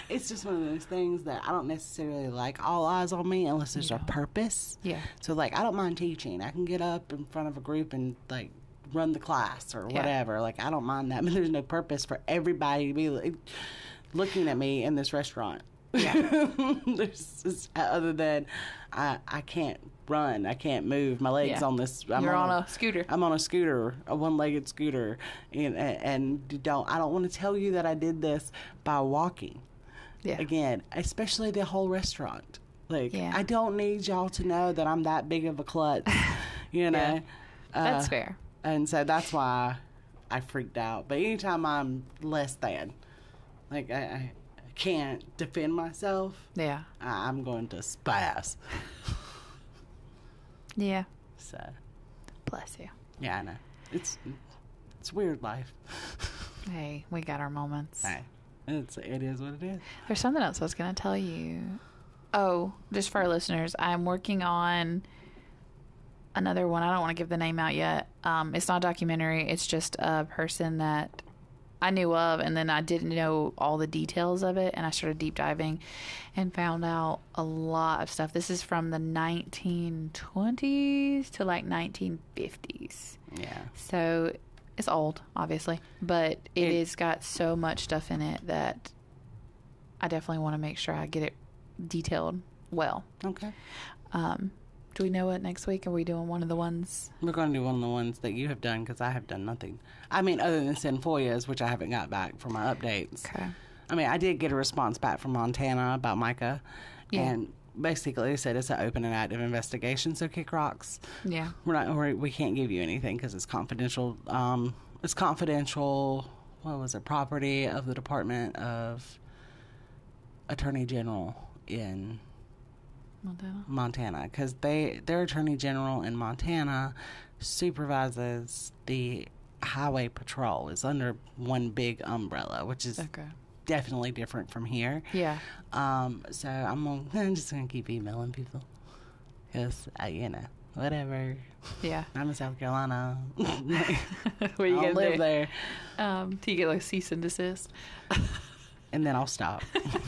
Speaker 1: it's just one of those things that I don't necessarily like all eyes on me unless there's a purpose.
Speaker 2: Yeah.
Speaker 1: So like I don't mind teaching. I can get up in front of a group and like run the class or whatever. Like I don't mind that. But there's no purpose for everybody to be like, looking at me in this restaurant. there's just, other than I I can't run. I can't move. My legs
Speaker 2: Yeah.
Speaker 1: on this. I'm
Speaker 2: You're on a scooter.
Speaker 1: I'm on a scooter, a one-legged scooter, and and you don't I don't want to tell you that I did this by walking
Speaker 2: Yeah.
Speaker 1: again, especially the whole restaurant. Like,
Speaker 2: Yeah.
Speaker 1: I don't need y'all to know that I'm that big of a klutz, you know?
Speaker 2: That's
Speaker 1: Uh,
Speaker 2: fair.
Speaker 1: And so that's why I freaked out. But anytime I'm less than, like, I, I I can't defend myself,
Speaker 2: Yeah.
Speaker 1: I- I'm going to spaz.
Speaker 2: Yeah.
Speaker 1: So,
Speaker 2: Bless you.
Speaker 1: yeah, I know. It's, it's weird life.
Speaker 2: Hey, we got our moments.
Speaker 1: Hey, It's, it is what it is.
Speaker 2: There's something else I was going to tell you. Oh, just for our listeners, I'm working on another one. I don't want to give the name out yet. Um, it's not a documentary, it's just a person that I knew of, and then I didn't know all the details of it. And I started deep diving and found out a lot of stuff. This is from the 1920s to like 1950s.
Speaker 1: Yeah.
Speaker 2: So it's old, obviously, but it
Speaker 1: It-
Speaker 2: has got so much stuff in it that I definitely want to make sure I get it detailed well.
Speaker 1: Okay.
Speaker 2: Um, do we know what next week? Are we doing one of the ones?
Speaker 1: We're going to do one of the ones that you have done because I have done nothing. I mean, other than send FOIAs, which I haven't got back for my updates.
Speaker 2: Okay.
Speaker 1: I mean, I did get a response back from Montana about Micah,
Speaker 2: Yeah.
Speaker 1: and basically they said it's an open and active investigation. So kick rocks.
Speaker 2: Yeah.
Speaker 1: We're not. We're, we can't give you anything because it's confidential. Um, it's confidential. What was it? Property of the Department of Attorney General in
Speaker 2: Montana.
Speaker 1: Montana because they their attorney general in Montana supervises the highway patrol is under one big umbrella, which is
Speaker 2: Okay.
Speaker 1: definitely different from here.
Speaker 2: Yeah.
Speaker 1: Um, so I'm gonna, I'm just gonna keep emailing people because you know whatever.
Speaker 2: Yeah.
Speaker 1: I'm in South Carolina. I
Speaker 2: what are you
Speaker 1: don't
Speaker 2: going
Speaker 1: live
Speaker 2: to do?
Speaker 1: there,
Speaker 2: Um, do you get like cease and desist?
Speaker 1: and then I'll stop.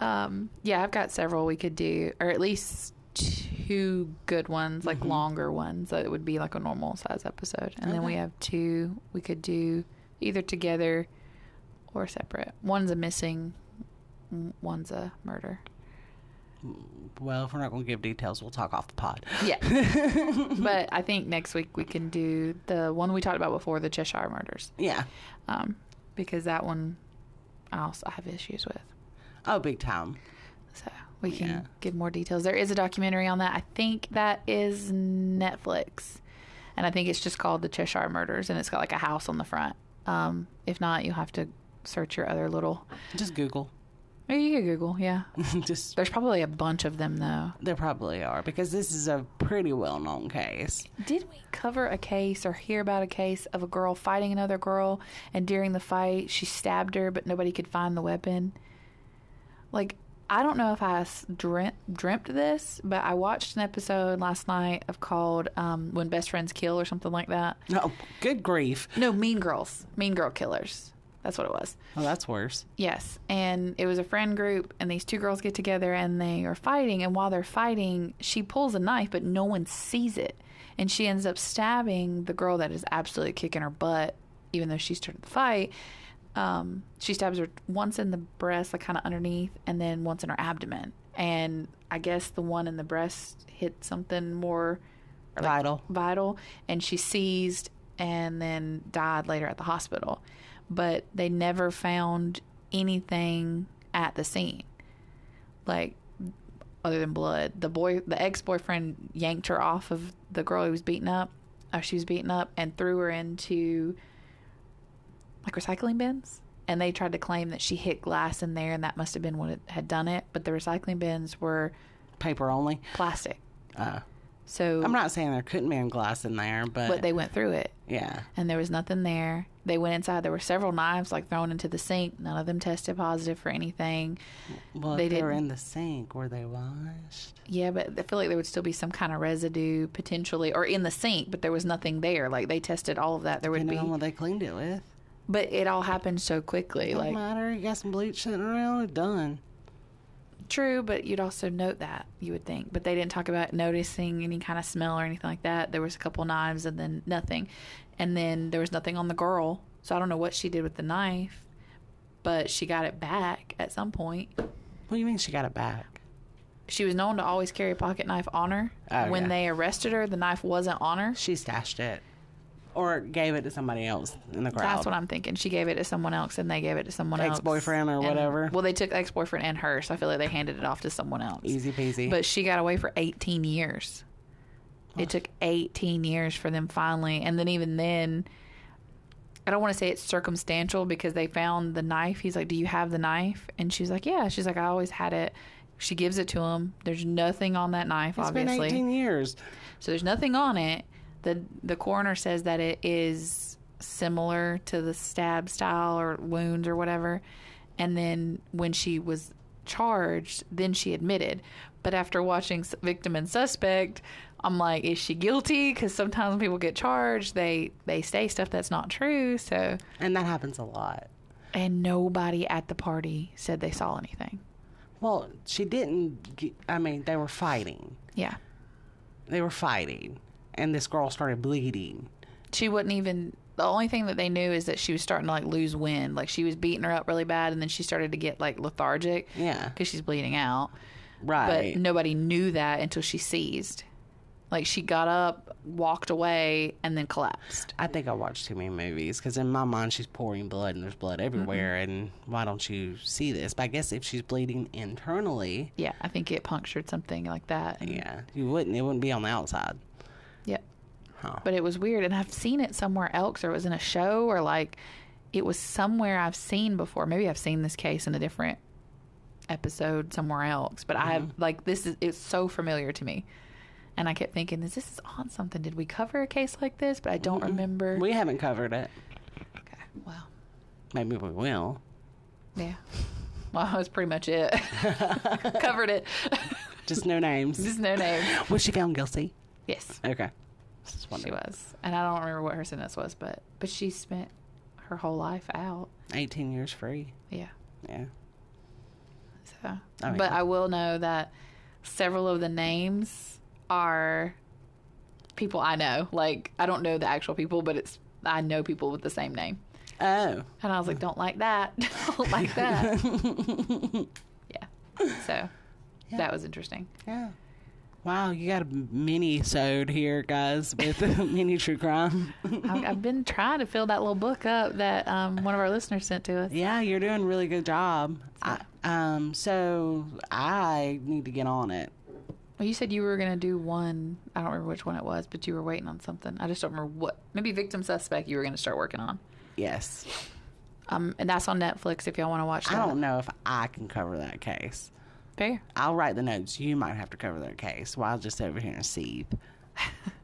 Speaker 2: Um, yeah, I've got several we could do, or at least two good ones, like longer ones that would be like a normal size episode. And then we have two we could do either together or separate. One's a missing, m- one's a murder.
Speaker 1: well, if we're not gonna give details, we'll talk off the pod.
Speaker 2: Yeah. but I think next week we can do the one we talked about before, the Cheshire murders,
Speaker 1: Yeah.
Speaker 2: um, because that one I also have issues with.
Speaker 1: Oh, big time.
Speaker 2: So we can
Speaker 1: Yeah.
Speaker 2: give more details. There is a documentary on that. I think that is Netflix. And I think it's just called The Cheshire Murders and it's got like a house on the front. Um, if not, you'll have to search your other little.
Speaker 1: Just Google.
Speaker 2: Or you could Google, yeah.
Speaker 1: just
Speaker 2: There's probably a bunch of them though.
Speaker 1: There probably are because this is a pretty well known case.
Speaker 2: Did we cover a case or hear about a case of a girl fighting another girl and during the fight she stabbed her but nobody could find the weapon? Like I don't know if I s- dreamt, dreamt this, but I watched an episode last night of called um, "When Best Friends Kill" or something like that.
Speaker 1: No, Oh, good grief.
Speaker 2: No, Mean Girls, Mean Girl Killers. That's what it was.
Speaker 1: Oh, that's worse.
Speaker 2: Yes. And it was a friend group, and these two girls get together and they are fighting. And while they're fighting, she pulls a knife, but no one sees it. And she ends up stabbing the girl that is absolutely kicking her butt, even though she started the fight. Um, she stabs her once in the breast, like kind of underneath, and then once in her abdomen. And I guess the one in the breast hit something more
Speaker 1: Vital.
Speaker 2: vital and she seized and then died later at the hospital. But they never found anything at the scene. Like other than blood. The boy the ex boyfriend yanked her off of the girl he was beating up or she was beating up and threw her into like recycling bins. And they tried to claim that she hit glass in there and that must have been what it had done it. But the recycling bins were
Speaker 1: Paper only.
Speaker 2: plastic.
Speaker 1: Uh,
Speaker 2: So
Speaker 1: I'm not saying there couldn't be glass in there, but,
Speaker 2: but they went through it.
Speaker 1: yeah.
Speaker 2: and there was nothing there. They went inside. There were several knives like thrown into the sink. None of them tested positive for anything.
Speaker 1: Well,
Speaker 2: They
Speaker 1: if they were
Speaker 2: didn't.
Speaker 1: in the sink. Were they washed?
Speaker 2: Yeah, but I feel like there would still be some kind of residue potentially, or in the sink, but there was nothing there. Like they tested all of that. There would
Speaker 1: Depending
Speaker 2: be,
Speaker 1: on what they cleaned it with.
Speaker 2: but it all happened so quickly.
Speaker 1: Don't
Speaker 2: Like
Speaker 1: matter. You got some bleach sitting around. It's done.
Speaker 2: true, but you'd also note that you would think. But they didn't talk about noticing any kind of smell or anything like that. There was a couple knives and then nothing, and then there was nothing on the girl. So I don't know what she did with the knife, but she got it back at some point.
Speaker 1: What do you mean she got it back?
Speaker 2: she was known to always carry a pocket knife on her.
Speaker 1: Oh,
Speaker 2: when
Speaker 1: yeah.
Speaker 2: they arrested her, the knife wasn't on her.
Speaker 1: She stashed it, or gave it to somebody else in the crowd.
Speaker 2: That's what I'm thinking. She gave it to someone else, and they gave it to someone else,
Speaker 1: Ex-boyfriend or
Speaker 2: And-
Speaker 1: whatever.
Speaker 2: Well, they took ex boyfriend and her, so I feel like they handed it off to someone else.
Speaker 1: Easy peasy.
Speaker 2: But she got away for 18 years. It took 18 years for them finally, and then even then, I don't want to say it's circumstantial because they found the knife. He's like, "Do you have the knife?" And she's like, "Yeah." She's like, "I always had it." She gives it to him. There's nothing on that knife.
Speaker 1: it's
Speaker 2: obviously,
Speaker 1: been 18 years.
Speaker 2: So there's nothing on it. The the coroner says that it is similar to the stab style or wounds or whatever. And then when she was charged, then she admitted. But after watching S- victim and suspect, I'm like, is she guilty? Because sometimes when people get charged, they they say stuff that's not true. So
Speaker 1: And that happens a lot.
Speaker 2: and nobody at the party said they saw anything.
Speaker 1: Well, she didn't. Get, I mean, they were fighting.
Speaker 2: Yeah,
Speaker 1: They were fighting, and this girl started bleeding.
Speaker 2: she wouldn't even the only thing that they knew is that she was starting to like lose wind like she was beating her up really bad and then she started to get like lethargic
Speaker 1: Yeah.
Speaker 2: because she's bleeding out but
Speaker 1: Right.
Speaker 2: nobody knew that until she seized like she got up walked away and then collapsed
Speaker 1: I think I watched too many movies because in my mind she's pouring blood and there's blood
Speaker 2: Mm-hmm.
Speaker 1: everywhere. And why don't you see this? But I guess if she's bleeding internally,
Speaker 2: yeah i think it punctured something like that and-
Speaker 1: yeah, you wouldn't. It wouldn't be on the outside.
Speaker 2: yep
Speaker 1: Huh.
Speaker 2: but it was weird and i've seen it somewhere else or it was in a show or like it was somewhere i've seen before maybe i've seen this case in a different episode somewhere else but i've like this is it's so familiar to me and i kept thinking is this on something did we cover a case like this but i don't remember
Speaker 1: We haven't covered it.
Speaker 2: okay wow
Speaker 1: Maybe we will.
Speaker 2: yeah well that was pretty much it covered it
Speaker 1: Just no names.
Speaker 2: just no name
Speaker 1: Was she found guilty?
Speaker 2: yes
Speaker 1: Okay. Just
Speaker 2: she
Speaker 1: wondering.
Speaker 2: was and i don't remember what her sentence was but but she spent her whole life out
Speaker 1: 18 years free.
Speaker 2: yeah
Speaker 1: Yeah.
Speaker 2: So,
Speaker 1: I mean-
Speaker 2: but I will know that several of the names are people I know. Like I don't know the actual people, but it's I know people with the same name.
Speaker 1: Oh.
Speaker 2: And I was like, don't like that, don't like that. yeah. So
Speaker 1: Yeah.
Speaker 2: that was interesting.
Speaker 1: Yeah. Wow, you got a mini sewed here, guys, with mini true crime.
Speaker 2: I, I've been trying to fill that little book up that um, one of our listeners sent to us.
Speaker 1: Yeah, you're doing a really good job. I, um, so I need to get on it.
Speaker 2: Well, you said you were gonna do one. I don't remember which one it was, but you were waiting on something. I just don't remember what. Maybe victim suspect you were gonna start working on.
Speaker 1: Yes.
Speaker 2: Um, and that's on Netflix if y'all want to watch that.
Speaker 1: I don't know if I can cover that case.
Speaker 2: Fair.
Speaker 1: I'll write the notes. You might have to cover that case while I'll just over here and seethe.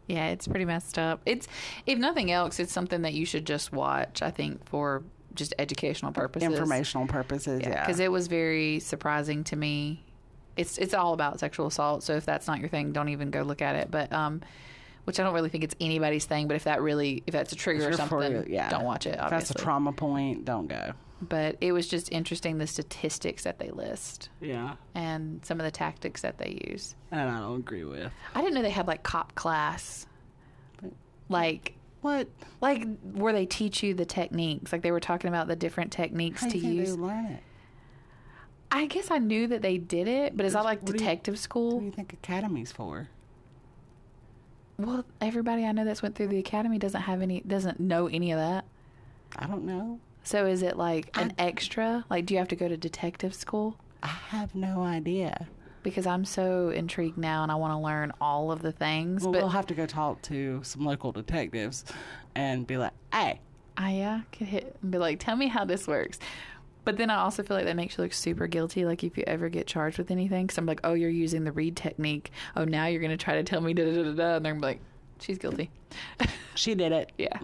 Speaker 2: Yeah, it's pretty messed up. It's if nothing else, it's something that you should just watch. I think for just educational purposes.
Speaker 1: informational purposes. Yeah,
Speaker 2: because it was very surprising to me. It's it's all about sexual assault. So if that's not your thing, don't even go look at it. But um, which I don't really think it's anybody's thing. But if that really if that's a trigger or
Speaker 1: you're for
Speaker 2: something,
Speaker 1: you, yeah.
Speaker 2: don't watch it.
Speaker 1: if
Speaker 2: Obviously,
Speaker 1: that's a trauma point, don't go.
Speaker 2: but it was just interesting the statistics that they list
Speaker 1: Yeah,
Speaker 2: and some of the tactics that they use.
Speaker 1: and I don't agree with
Speaker 2: I didn't know they had like cop class, like
Speaker 1: what
Speaker 2: like where they teach you the techniques. Like they were talking about the different techniques
Speaker 1: How
Speaker 2: to
Speaker 1: do you think
Speaker 2: use.
Speaker 1: They learn it.
Speaker 2: I guess I knew that they did it, but it's not like
Speaker 1: What do you-
Speaker 2: detective
Speaker 1: What
Speaker 2: school.
Speaker 1: do you think academy's for?
Speaker 2: Well, everybody I know that's went through the academy doesn't have any, doesn't know any of that.
Speaker 1: I don't know.
Speaker 2: So is it like an extra? Like, do you have to go to detective school?
Speaker 1: I have no idea.
Speaker 2: Because I'm so intrigued now, and I want to learn all of the things.
Speaker 1: Well,
Speaker 2: but
Speaker 1: we'll have to go talk to some local detectives and be like, "Hey,
Speaker 2: I uh, could hit and be like, "Tell me how this works." But then I also feel like that makes you look super guilty. Like if you ever get charged with anything, because I'm like, "Oh, you're using the read technique. Oh, now you're gonna try to tell me da da da da," da," and they're gonna be like, "She's guilty."
Speaker 1: she did it."
Speaker 2: yeah,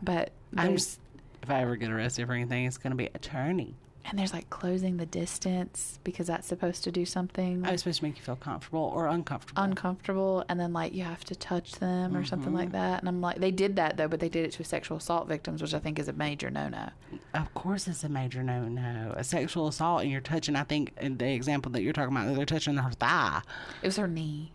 Speaker 2: but
Speaker 1: I'm
Speaker 2: there's-
Speaker 1: just, if I ever get arrested for anything, it's going to be attorney.
Speaker 2: and there's like closing the distance because that's supposed to do something
Speaker 1: I was Oh, supposed to make you feel comfortable or uncomfortable.
Speaker 2: uncomfortable, and then like you have to touch them or something like that. And I'm like, they did that though, but they did it to sexual assault victims, which I think is a major no-no.
Speaker 1: of course, it's a major no-no. A sexual assault and you're touching. I think in the example that you're talking about, they're touching her thigh.
Speaker 2: It was her knee.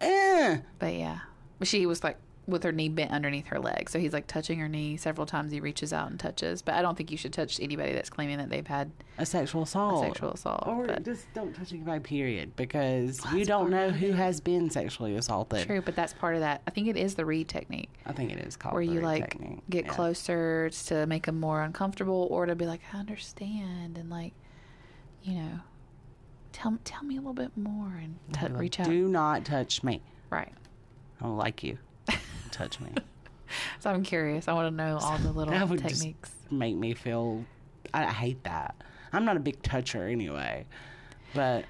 Speaker 1: Eh.
Speaker 2: But yeah, she was like with her knee bent underneath her leg. So he's like touching her knee several times. He reaches out and touches. But I don't think you should touch anybody that's claiming that they've had
Speaker 1: A sexual assault.
Speaker 2: sexual assault.
Speaker 1: Oh, Or
Speaker 2: but,
Speaker 1: just don't touch anybody. Period, because you don't know who has been sexually assaulted.
Speaker 2: true, but that's part of that. I think it is the read technique
Speaker 1: I think it is called
Speaker 2: where you
Speaker 1: the
Speaker 2: like
Speaker 1: technique.
Speaker 2: get
Speaker 1: Yeah.
Speaker 2: closer to make them more uncomfortable or to be like, I understand. And like, you know, tell, tell me a little bit more and t-
Speaker 1: Like,
Speaker 2: reach out.
Speaker 1: Do not touch me.
Speaker 2: Right.
Speaker 1: I don't like you. Don't touch me.
Speaker 2: So I'm curious. I want to know all the little
Speaker 1: that would
Speaker 2: techniques.
Speaker 1: just make me feel. I, I hate that. I'm not a big toucher anyway, but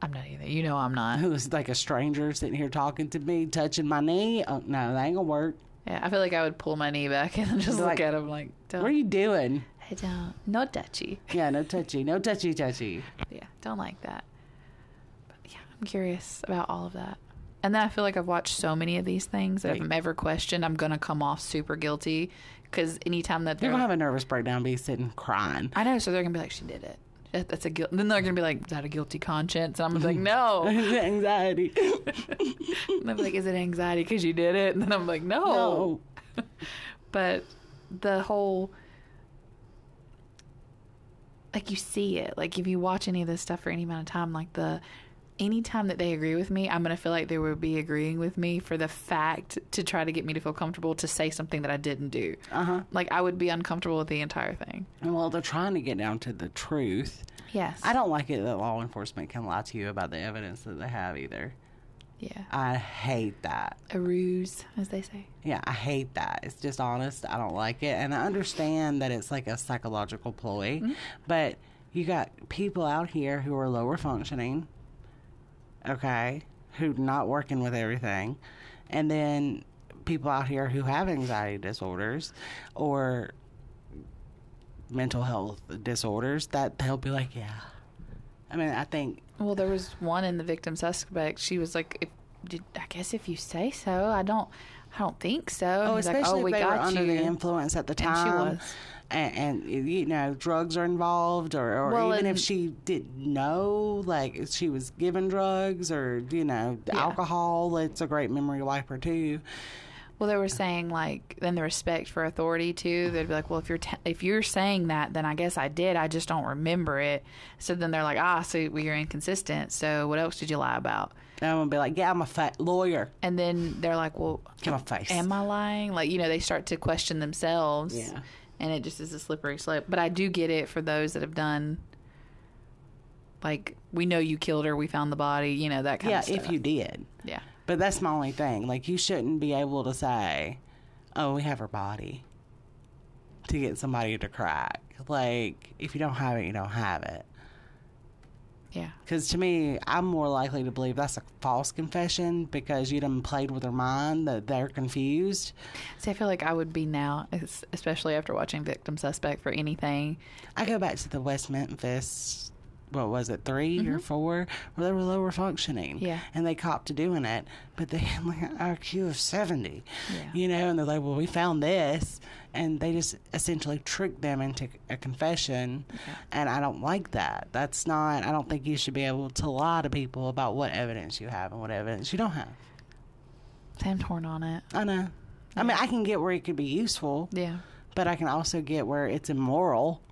Speaker 2: I'm not either. You know, I'm not.
Speaker 1: who's like a stranger sitting here talking to me, touching my knee? Oh, no, that ain't gonna work.
Speaker 2: Yeah, I feel like I would pull my knee back and just
Speaker 1: Be
Speaker 2: look
Speaker 1: like,
Speaker 2: at him like,
Speaker 1: What are
Speaker 2: don't.
Speaker 1: you doing?
Speaker 2: I don't. No touchy.
Speaker 1: Yeah, no touchy, no touchy, touchy.
Speaker 2: Yeah, don't like that. But yeah, I'm curious about all of that. And then I feel like I've watched so many of these things that if
Speaker 1: Right.
Speaker 2: I'm ever questioned, I'm going to come off super guilty because anytime that
Speaker 1: You're
Speaker 2: they're.
Speaker 1: gonna have a nervous breakdown, be sitting crying.
Speaker 2: I know, so they're going to be like, she did it. That- That's a guilt. Then they're going to be like, is that a guilty conscience? And I'm gonna be like, no.
Speaker 1: Anxiety.
Speaker 2: And they're like, is it anxiety because you did it? And then I'm like,
Speaker 1: Oh,
Speaker 2: but the whole like you see it like if you watch any of this stuff for any amount of time like the anytime that they agree with me i'm gonna feel like they would be agreeing with me for the fact to try to get me to feel comfortable to say something that i didn't do
Speaker 1: uh-huh.
Speaker 2: like i would be uncomfortable with the entire thing
Speaker 1: Well, they're trying to get down to the truth.
Speaker 2: yes
Speaker 1: I don't like it that law enforcement can lie to you about the evidence that they have either.
Speaker 2: yeah
Speaker 1: I hate that.
Speaker 2: a ruse as they say
Speaker 1: Yeah, I hate that. It's dishonest. I don't like it. And I understand that it's like a psychological ploy, but you got people out here who are lower functioning, okay, who not working with everything, and then people out here who have anxiety disorders or mental health disorders that they'll be like, yeah. I mean, I think
Speaker 2: Well, there was one in the victim suspect. She was like, if, did, "I guess if you say so, I don't, I don't think so." And
Speaker 1: Oh,
Speaker 2: he's
Speaker 1: especially
Speaker 2: like, "Oh,
Speaker 1: if
Speaker 2: we
Speaker 1: they were
Speaker 2: got
Speaker 1: under
Speaker 2: you."
Speaker 1: the influence at the
Speaker 2: And she
Speaker 1: time.
Speaker 2: was.
Speaker 1: And, and, you know, drugs are involved, or, or
Speaker 2: Well,
Speaker 1: even if
Speaker 2: and-
Speaker 1: she didn't know, like if she was given drugs or you know alcohol, it's a great memory wiper too.
Speaker 2: Well, they were saying like, then the respect for authority too. They'd be like, "Well, if you're t- if you're saying that, then I guess I did. I just don't remember it." So then they're like, "Ah, so well, you're inconsistent. So what else did you lie about?"
Speaker 1: And I'm gonna be like, yeah, I'm a fat lawyer.
Speaker 2: And then they're like, "Well,
Speaker 1: Get my face.
Speaker 2: am I lying? Like, you know, they start to question themselves.
Speaker 1: Yeah.
Speaker 2: And it just is a slippery slope. But I do get it for those that have done, like, we know you killed her, we found the body, you know, that kind
Speaker 1: yeah,
Speaker 2: of stuff.
Speaker 1: if you did.
Speaker 2: Yeah.
Speaker 1: But that's my only thing. Like you shouldn't be able to say, "Oh, we have her body," to get somebody to crack. Like if you don't have it, you don't have it.
Speaker 2: Yeah.
Speaker 1: Because to me, I'm more likely to believe that's a false confession because you done played with their mind that they're confused.
Speaker 2: See, I feel like I would be now, es- especially after watching Victim Suspect for anything.
Speaker 1: I go back to the West Memphis, what was it, 3 or four, where they were lower functioning.
Speaker 2: Mm-hmm. Yeah.
Speaker 1: And they copped to doing it, but they had like an IQ of 70,
Speaker 2: Yeah.
Speaker 1: you know, and they're like, well, we found this. And they just essentially tricked them into a confession. And I don't like that. That's not, I don't think you should be able to lie to people about what evidence you have and what evidence you don't have.
Speaker 2: Sam torn on it.
Speaker 1: I know. I mean, I can get where it could be useful,
Speaker 2: Yeah.
Speaker 1: but I can also get where it's immoral,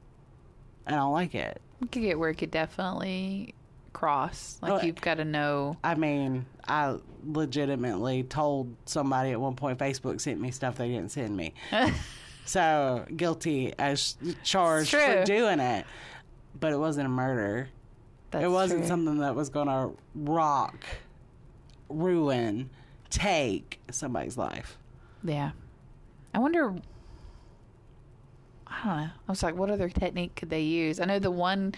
Speaker 1: and I don't like it.
Speaker 2: We could get where it could definitely cross. Like
Speaker 1: Oh,
Speaker 2: you've got to know.
Speaker 1: I mean, I legitimately told somebody at one point Facebook sent me stuff they didn't send me. so guilty as charged
Speaker 2: It's
Speaker 1: for
Speaker 2: true.
Speaker 1: doing it, but it wasn't a murder.
Speaker 2: That's
Speaker 1: it wasn't
Speaker 2: true.
Speaker 1: something that was going to rock, ruin, take somebody's life.
Speaker 2: Yeah. I wonder. I don't know. I was like, what other technique could they use? I know the one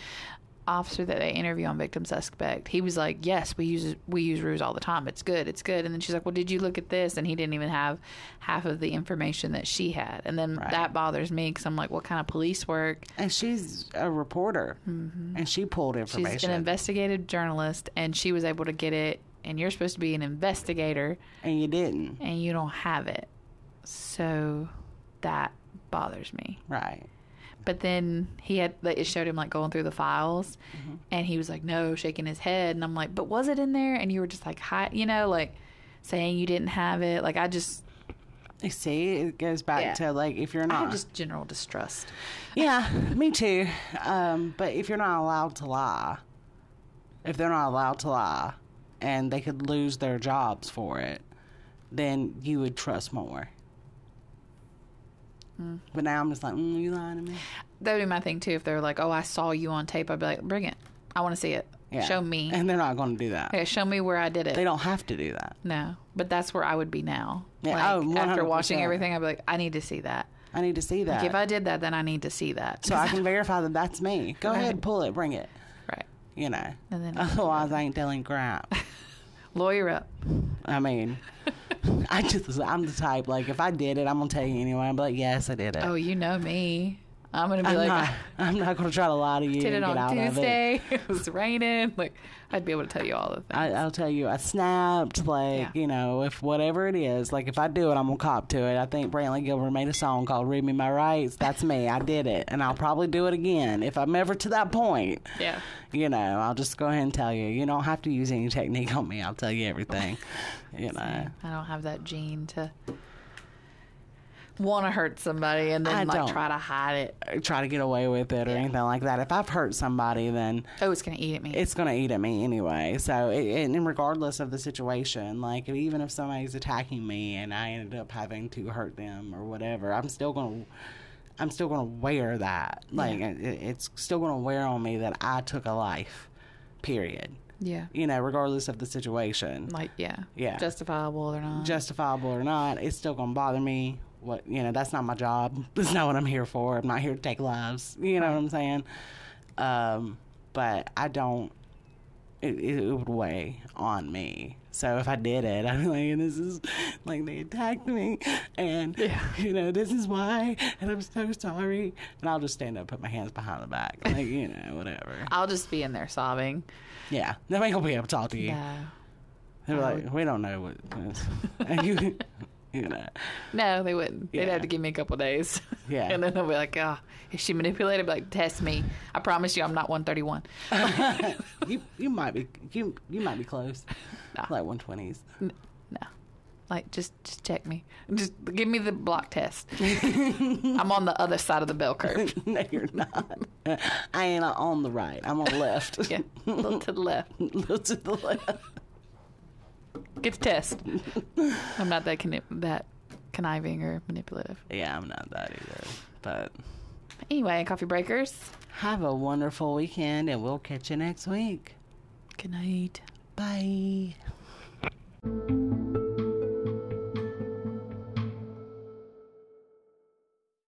Speaker 2: officer that they interview on Victim Suspect, he was like, yes, we use we use ruse all the time. It's good. It's good. And then she's like, well, did you look at this? And he didn't even have half of the information that she had. And then that bothers me because I'm like, what kind of police work?
Speaker 1: And she's a reporter, and she pulled information.
Speaker 2: Mm-hmm. She's an investigative journalist, and she was able to get it. And you're supposed to be an investigator,
Speaker 1: and you didn't.
Speaker 2: and you don't have it. So that bothers me.
Speaker 1: Right.
Speaker 2: But then he had like, it showed him like going through the files,
Speaker 1: Mm-hmm.
Speaker 2: and he was like, "No," shaking his head, and I'm like, "But was it in there?" And you were just like, "Hi," you know, like saying you didn't have it. Like I just,
Speaker 1: You see, it goes back
Speaker 2: Yeah.
Speaker 1: to like if you're
Speaker 2: I
Speaker 1: not.
Speaker 2: have just general distrust.
Speaker 1: yeah, me too. Um, but if you're not allowed to lie, if they're not allowed to lie, and they could lose their jobs for it, then you would trust more.
Speaker 2: Hmm.
Speaker 1: But now I'm just like, mm, you lying to me?
Speaker 2: That would be my thing too. If they're like, "Oh, I saw you on tape," I'd be like, "Bring it. I want to see it.
Speaker 1: Yeah.
Speaker 2: Show me.
Speaker 1: And they're not going to do that.
Speaker 2: Yeah, show me where I did it."
Speaker 1: They don't have to do that.
Speaker 2: No, but that's where I would be now.
Speaker 1: Yeah,
Speaker 2: like,
Speaker 1: oh,
Speaker 2: after
Speaker 1: 100%.
Speaker 2: watching everything, I'd be like, I need to see that.
Speaker 1: I need to see that.
Speaker 2: Like, if I did that, then I need to see that.
Speaker 1: so I can verify that that's me. Go ahead, pull it, bring it.
Speaker 2: right.
Speaker 1: You know.
Speaker 2: And then-
Speaker 1: Otherwise, I ain't telling crap.
Speaker 2: Lawyer up.
Speaker 1: I mean, I just I'm the type like if I did it, I'm gonna tell you anyway. I'm like, yes, I did it.
Speaker 2: Oh, you know me. I'm going to be
Speaker 1: I'm,
Speaker 2: like,
Speaker 1: not,
Speaker 2: I
Speaker 1: I'm not gonna try to lie to you.
Speaker 2: did it
Speaker 1: and get out
Speaker 2: on
Speaker 1: of it.
Speaker 2: Tuesday. It. was raining. Like, I'd be able to tell you all the things.
Speaker 1: I, I'll tell you, I snapped. Like
Speaker 2: Yeah.
Speaker 1: you know, if whatever it is, like if I do it, I'm gonna cop to it. I think Brantley Gilbert made a song called "Read Me My Rights." That's me. I did it, and I'll probably do it again if I'm ever to that point.
Speaker 2: Yeah.
Speaker 1: You know, I'll just go ahead and tell you. You don't have to use any technique on me. I'll tell you everything. You know.
Speaker 2: I don't have that gene to want to hurt somebody and then,
Speaker 1: I
Speaker 2: like,
Speaker 1: don't.
Speaker 2: try to hide it.
Speaker 1: try to get away with it or anything like that. If I've hurt somebody, then
Speaker 2: Oh, it's going to eat at me.
Speaker 1: it's going to eat at me anyway. So, it, and regardless of the situation, like even if somebody's attacking me and I ended up having to hurt them or whatever, I'm still going to. I'm still going to wear that. Like, it, it's still going to wear on me that I took a life, period.
Speaker 2: yeah.
Speaker 1: You know, regardless of the situation,
Speaker 2: Like, yeah.
Speaker 1: Yeah.
Speaker 2: Justifiable or not.
Speaker 1: justifiable or not, it's still going to bother me. What, you know, that's not my job. That's not what I'm here for. I'm not here to take lives. You know what I'm saying? Um, but I don't, it, it would weigh on me. So if I did it, I'm like, this is like they attacked me, and you know this is why, and I'm so sorry. And I'll just stand up, put my hands behind the back, like you know whatever.
Speaker 2: I'll just be in there sobbing.
Speaker 1: Yeah, they ain't gonna be able to talk to you.
Speaker 2: No.
Speaker 1: They're like, we don't know what, this. and you, you know.
Speaker 2: No, they wouldn't. They'd
Speaker 1: Yeah.
Speaker 2: have to give me a couple days.
Speaker 1: Yeah.
Speaker 2: and then they'll be like, oh, is she manipulated? Be like, test me. I promise you I'm not 131.
Speaker 1: you you might be you you might be close,
Speaker 2: Nah.
Speaker 1: like one twenties.
Speaker 2: no. Like, just, just check me. Just give me the block test. I'm on the other side of the bell curve.
Speaker 1: no, you're not. I ain't on the right. I'm on the left.
Speaker 2: Yeah. A little to the left.
Speaker 1: Little to the left.
Speaker 2: Get the test. I'm not that, conni that conniving or manipulative.
Speaker 1: Yeah, I'm not that either. But
Speaker 2: Anyway, coffee breakers.
Speaker 1: have a wonderful weekend, and we'll catch you next week.
Speaker 2: Good night.
Speaker 1: Bye.